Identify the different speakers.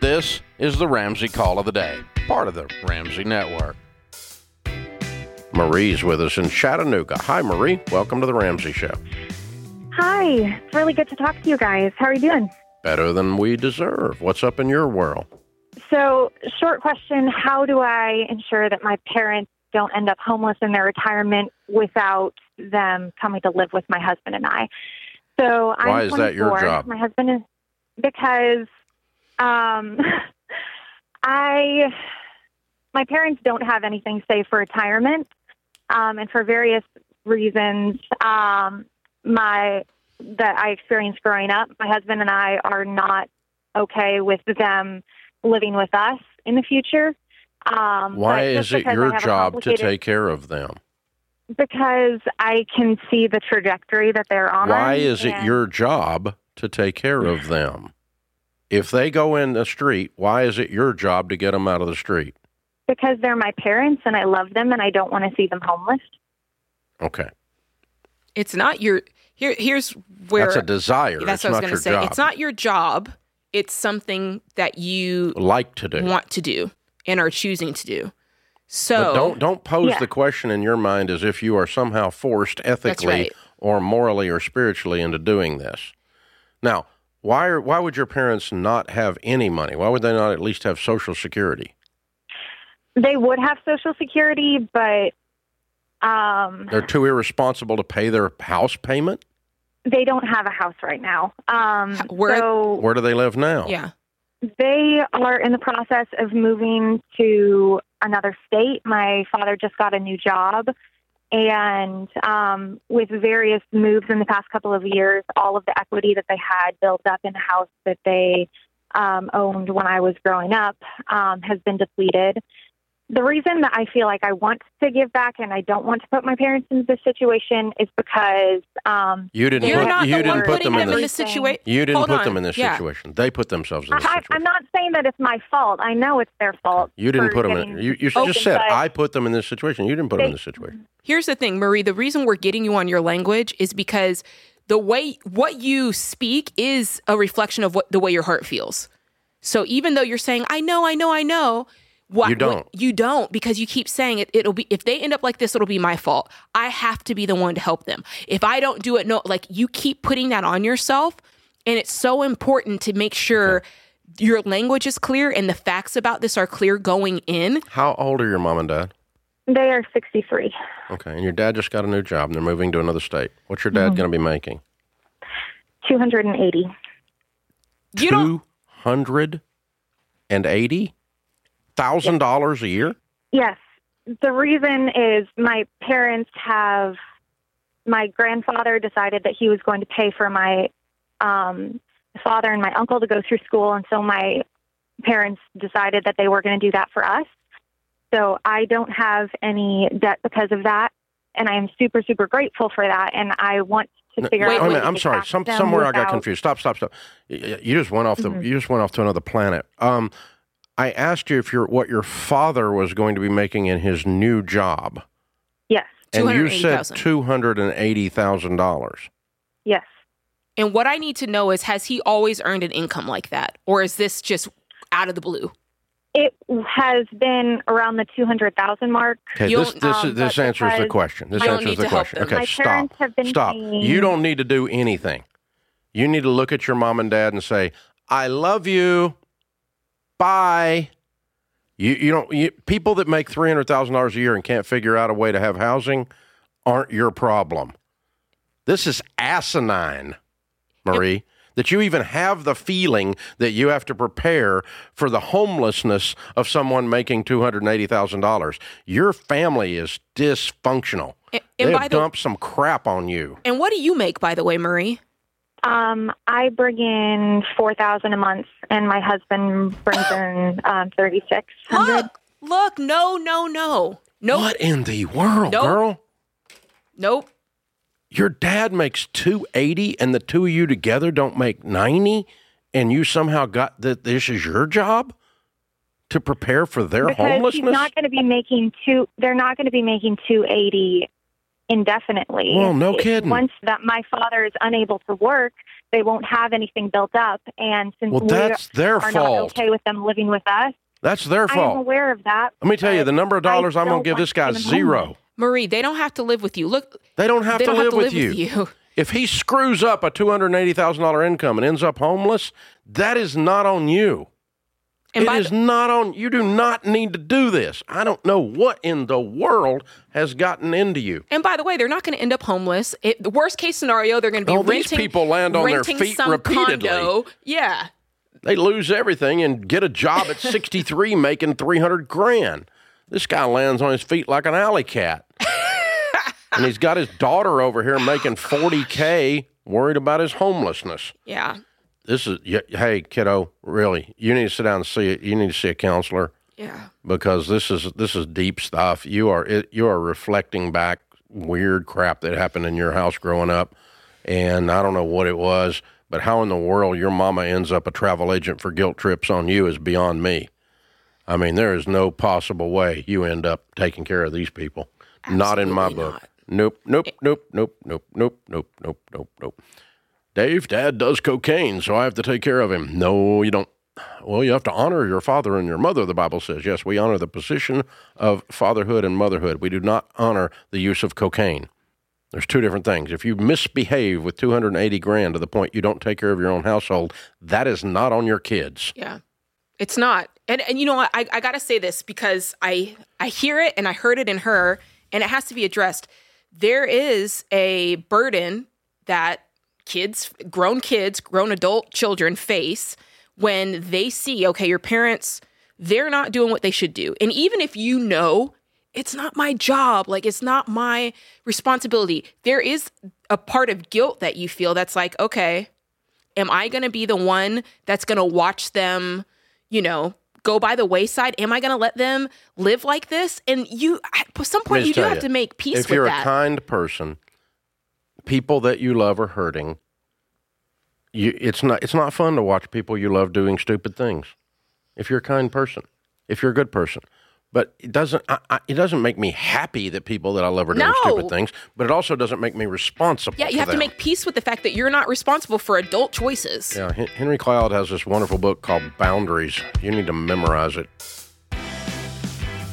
Speaker 1: This is the Ramsey Call of the Day, part of the Ramsey Network. Marie's with us in Chattanooga. Hi, Marie. Welcome to the Ramsey Show.
Speaker 2: Hi, it's really good to talk to you guys. How are you doing?
Speaker 1: Better than we deserve. What's up in your world?
Speaker 2: So, short question How do I ensure that my parents don't end up homeless in their retirement without them coming to live with my husband and I? So, I'm
Speaker 1: Why is that your
Speaker 2: 24.
Speaker 1: job?
Speaker 2: My husband is because um, I my parents don't have anything saved for retirement, um, and for various reasons, um, my that I experienced growing up, my husband and I are not okay with them living with us in the future. Um,
Speaker 1: Why
Speaker 2: but just
Speaker 1: is it
Speaker 2: because I
Speaker 1: your
Speaker 2: have a
Speaker 1: job to
Speaker 2: complicated-
Speaker 1: take care of them?
Speaker 2: Because I can see the trajectory that they're on.
Speaker 1: Why is it
Speaker 2: and-
Speaker 1: your job to take care of them? If they go in the street, why is it your job to get them out of the street?
Speaker 2: Because they're my parents, and I love them, and I don't want to see them homeless.
Speaker 1: Okay.
Speaker 3: It's not your here. Here's where
Speaker 1: that's a desire. it's
Speaker 3: that's what I was
Speaker 1: not
Speaker 3: going
Speaker 1: your
Speaker 3: to say.
Speaker 1: job.
Speaker 3: It's not your job. It's something that you
Speaker 1: like to do.
Speaker 3: want to do and are choosing to do.
Speaker 1: But
Speaker 3: So
Speaker 1: don't don't pose
Speaker 2: Yeah.
Speaker 1: the question in your mind as if you are somehow forced ethically
Speaker 3: right.
Speaker 1: or morally or spiritually into doing this. Now, why are, why would your parents not have any money? Why would they not at least have social security?
Speaker 2: They would have Social Security, but um,
Speaker 1: They're too irresponsible to pay their house payment.
Speaker 2: they don't have a house right now. Um,
Speaker 3: H- where-
Speaker 2: so
Speaker 1: Where do they live now?
Speaker 3: yeah,
Speaker 2: They are in the process of moving to another state. My father just got a new job. And um, with various moves in the past couple of years, all of the equity that they had built up in the house that they um, owned when I was growing up um, has been depleted. The reason that I feel like I want to give back and I don't want to put my parents in this situation is because um,
Speaker 1: You didn't
Speaker 3: you're
Speaker 1: put,
Speaker 3: not
Speaker 1: you
Speaker 3: the one
Speaker 1: didn't put
Speaker 3: putting
Speaker 1: them in
Speaker 3: in
Speaker 1: this
Speaker 3: this situation.
Speaker 1: you didn't
Speaker 3: Hold
Speaker 1: put
Speaker 3: on.
Speaker 1: them in this
Speaker 3: Yeah.
Speaker 1: situation. They put themselves in this
Speaker 2: I,
Speaker 1: situation.
Speaker 2: I'm not saying that it's my fault. I know it's their fault.
Speaker 1: you didn't
Speaker 2: for
Speaker 1: put them in.
Speaker 2: getting
Speaker 1: You, you
Speaker 2: open,
Speaker 1: just said
Speaker 2: but-
Speaker 1: I put them in this situation. You didn't put them in
Speaker 2: They-
Speaker 1: this situation.
Speaker 3: Here's the thing, Marie. The reason we're getting you on your language is because the way what you speak is a reflection of what the way your heart feels. So even though you're saying, "I know, I know, I know," what
Speaker 1: You don't.
Speaker 3: you don't because you keep saying it. It'll be if they end up like this, it'll be my fault. I have to be the one to help them. If I don't do it, no, like you keep putting that on yourself, and it's so important to make sure. Your language is clear and the facts about this are clear going in.
Speaker 1: How old are your mom and dad?
Speaker 2: They are 63.
Speaker 1: Okay, and your dad just got a new job and they're moving to another state. What's your
Speaker 3: Mm-hmm.
Speaker 1: dad going to be making?
Speaker 2: 280.
Speaker 3: You don't
Speaker 1: Two hundred and eighty thousand dollars a year.
Speaker 2: Yes. The reason is my parents have, my grandfather decided that he was going to pay for my um, father and my uncle to go through school. And so my parents decided that they were going to do that for us. So I don't have any debt because of that. And I am super, super grateful for that. And I want to
Speaker 1: No,
Speaker 2: figure
Speaker 3: wait,
Speaker 2: out.
Speaker 1: Wait a
Speaker 2: ways
Speaker 1: minute,
Speaker 2: to
Speaker 1: I'm sorry.
Speaker 2: tax
Speaker 1: Some,
Speaker 2: them Mm-hmm.
Speaker 1: somewhere I got
Speaker 2: without-
Speaker 1: confused. Stop, stop, stop. Y- y- You just went off the. You just went off to another planet. Um, I asked you if your what your father was going to be making in his new job,
Speaker 2: Yes.
Speaker 1: and you said
Speaker 3: $280,000.
Speaker 1: two hundred and eighty thousand dollars.
Speaker 2: Yes.
Speaker 3: And what I need to know is has he always earned an income like that? Or is this just out of the blue?
Speaker 2: It has been around the 200,000 mark.
Speaker 1: Okay,
Speaker 3: You
Speaker 1: this
Speaker 3: don't-
Speaker 1: this
Speaker 2: um,
Speaker 1: this
Speaker 2: but
Speaker 1: answers the
Speaker 2: because
Speaker 1: question. This
Speaker 3: I don't
Speaker 1: answers
Speaker 3: need
Speaker 1: the
Speaker 3: to help
Speaker 1: question.
Speaker 3: them.
Speaker 1: Okay,
Speaker 2: My
Speaker 1: stop.
Speaker 2: parents have been
Speaker 1: Stop.
Speaker 2: paying-
Speaker 1: You don't need to do anything. You need to look at your mom and dad and say, "I love you." Bye. You you don't you, people that make three hundred thousand dollars a year and can't figure out a way to have housing aren't your problem. This is asinine, Marie. That you even have the feeling that you have to prepare for the homelessness of someone making two hundred and eighty thousand dollars. Your family is dysfunctional.
Speaker 3: And,
Speaker 1: They
Speaker 3: and
Speaker 1: have
Speaker 3: by the
Speaker 1: dumped some crap on you.
Speaker 3: and what do you make, by the way, Marie?
Speaker 2: Um, I bring in four thousand a month, and my husband brings in um, thirty six hundred.
Speaker 3: Look, look, no, no, no. Nope.
Speaker 1: What in the world,
Speaker 3: Nope.
Speaker 1: girl?
Speaker 3: Nope.
Speaker 1: Your dad makes 280 and the two of you together don't make 90 and you somehow got that this is your job to prepare for their
Speaker 2: Because he's
Speaker 1: homelessness?
Speaker 2: not going to be making two. They're not going to be making two eighty indefinitely.
Speaker 1: Well, no
Speaker 2: It-
Speaker 1: kidding.
Speaker 2: Once that my father is unable to work, they won't have anything built up, and since
Speaker 1: Well,
Speaker 2: we
Speaker 1: that's their
Speaker 2: are not
Speaker 1: fault.
Speaker 2: okay with them living with us,
Speaker 1: That's their
Speaker 2: I am
Speaker 1: fault.
Speaker 2: aware of that.
Speaker 1: Let me tell you,
Speaker 2: but
Speaker 1: the number of
Speaker 2: I
Speaker 1: dollars I'm going to
Speaker 2: don't
Speaker 1: give
Speaker 2: want
Speaker 1: this guy
Speaker 2: them
Speaker 1: is
Speaker 2: home.
Speaker 1: zero.
Speaker 3: Marie, they don't have to live with you. Look,
Speaker 1: They don't have
Speaker 3: they
Speaker 1: to
Speaker 3: don't
Speaker 1: live,
Speaker 3: have to
Speaker 1: with,
Speaker 3: live
Speaker 1: you.
Speaker 3: with you.
Speaker 1: If he screws up a two hundred eighty thousand dollar income and ends up homeless, that is not on you. It
Speaker 3: And
Speaker 1: is
Speaker 3: by the-
Speaker 1: not on you. Do not need to do this. I don't know what in the world has gotten into you.
Speaker 3: And by the way, they're not going to end up homeless. It, the worst case scenario, they're going to be
Speaker 1: Oh, these
Speaker 3: renting.
Speaker 1: people land on their
Speaker 3: renting
Speaker 1: feet
Speaker 3: some
Speaker 1: repeatedly.
Speaker 3: Condo. Yeah,
Speaker 1: They lose everything and get a job at sixty three, making three hundred grand. This guy lands on his feet like an alley cat, and he's got his daughter over here making forty k, worried about his homelessness.
Speaker 3: yeah,
Speaker 1: this is y- hey kiddo really you need to sit down and see it you need to see a counselor
Speaker 3: yeah.
Speaker 1: because this is this is deep stuff you are it, you are reflecting back weird crap that happened in your house growing up and i don't know what it was but how in the world your mama ends up a travel agent for guilt trips on you is beyond me i mean there is no possible way you end up taking care of these people not in my
Speaker 3: Absolutely
Speaker 1: book
Speaker 3: not.
Speaker 1: nope nope nope nope nope nope nope nope nope nope Dave, Dad does cocaine, so I have to take care of him. No, you don't. Well, you have to honor your father and your mother, the Bible says. Yes, we honor the position of fatherhood and motherhood. We do not honor the use of cocaine. There's two different things. If you misbehave with 280 grand to the point you don't take care of your own household, that is not on your kids.
Speaker 3: Yeah. It's not. And and you know what? I, I gotta say this because I I hear it and I heard it in her and it has to be addressed. There is a burden that kids, grown kids, grown adult children face when they see, okay, your parents, they're not doing what they should do. And even if you know it's not my job, like it's not my responsibility, there is a part of guilt that you feel that's like, okay, am I going to be the one that's going to watch them, you know, go by the wayside? Am I going to let them live like this? And you, at some
Speaker 1: Let
Speaker 3: point,
Speaker 1: me
Speaker 3: you do
Speaker 1: tell
Speaker 3: have
Speaker 1: you,
Speaker 3: to make peace
Speaker 1: if
Speaker 3: with
Speaker 1: you're
Speaker 3: that.
Speaker 1: a kind person people that you love are hurting you it's not it's not fun to watch people you love doing stupid things if you're a kind person if you're a good person but it doesn't I, I, it doesn't make me happy that people that i love are doing
Speaker 3: No.
Speaker 1: stupid things but it also doesn't make me responsible
Speaker 3: yeah, you
Speaker 1: for
Speaker 3: have to
Speaker 1: them.
Speaker 3: make peace with the fact that you're not responsible for adult choices.
Speaker 1: yeah Hen- henry cloud has this wonderful book called boundaries you need to memorize it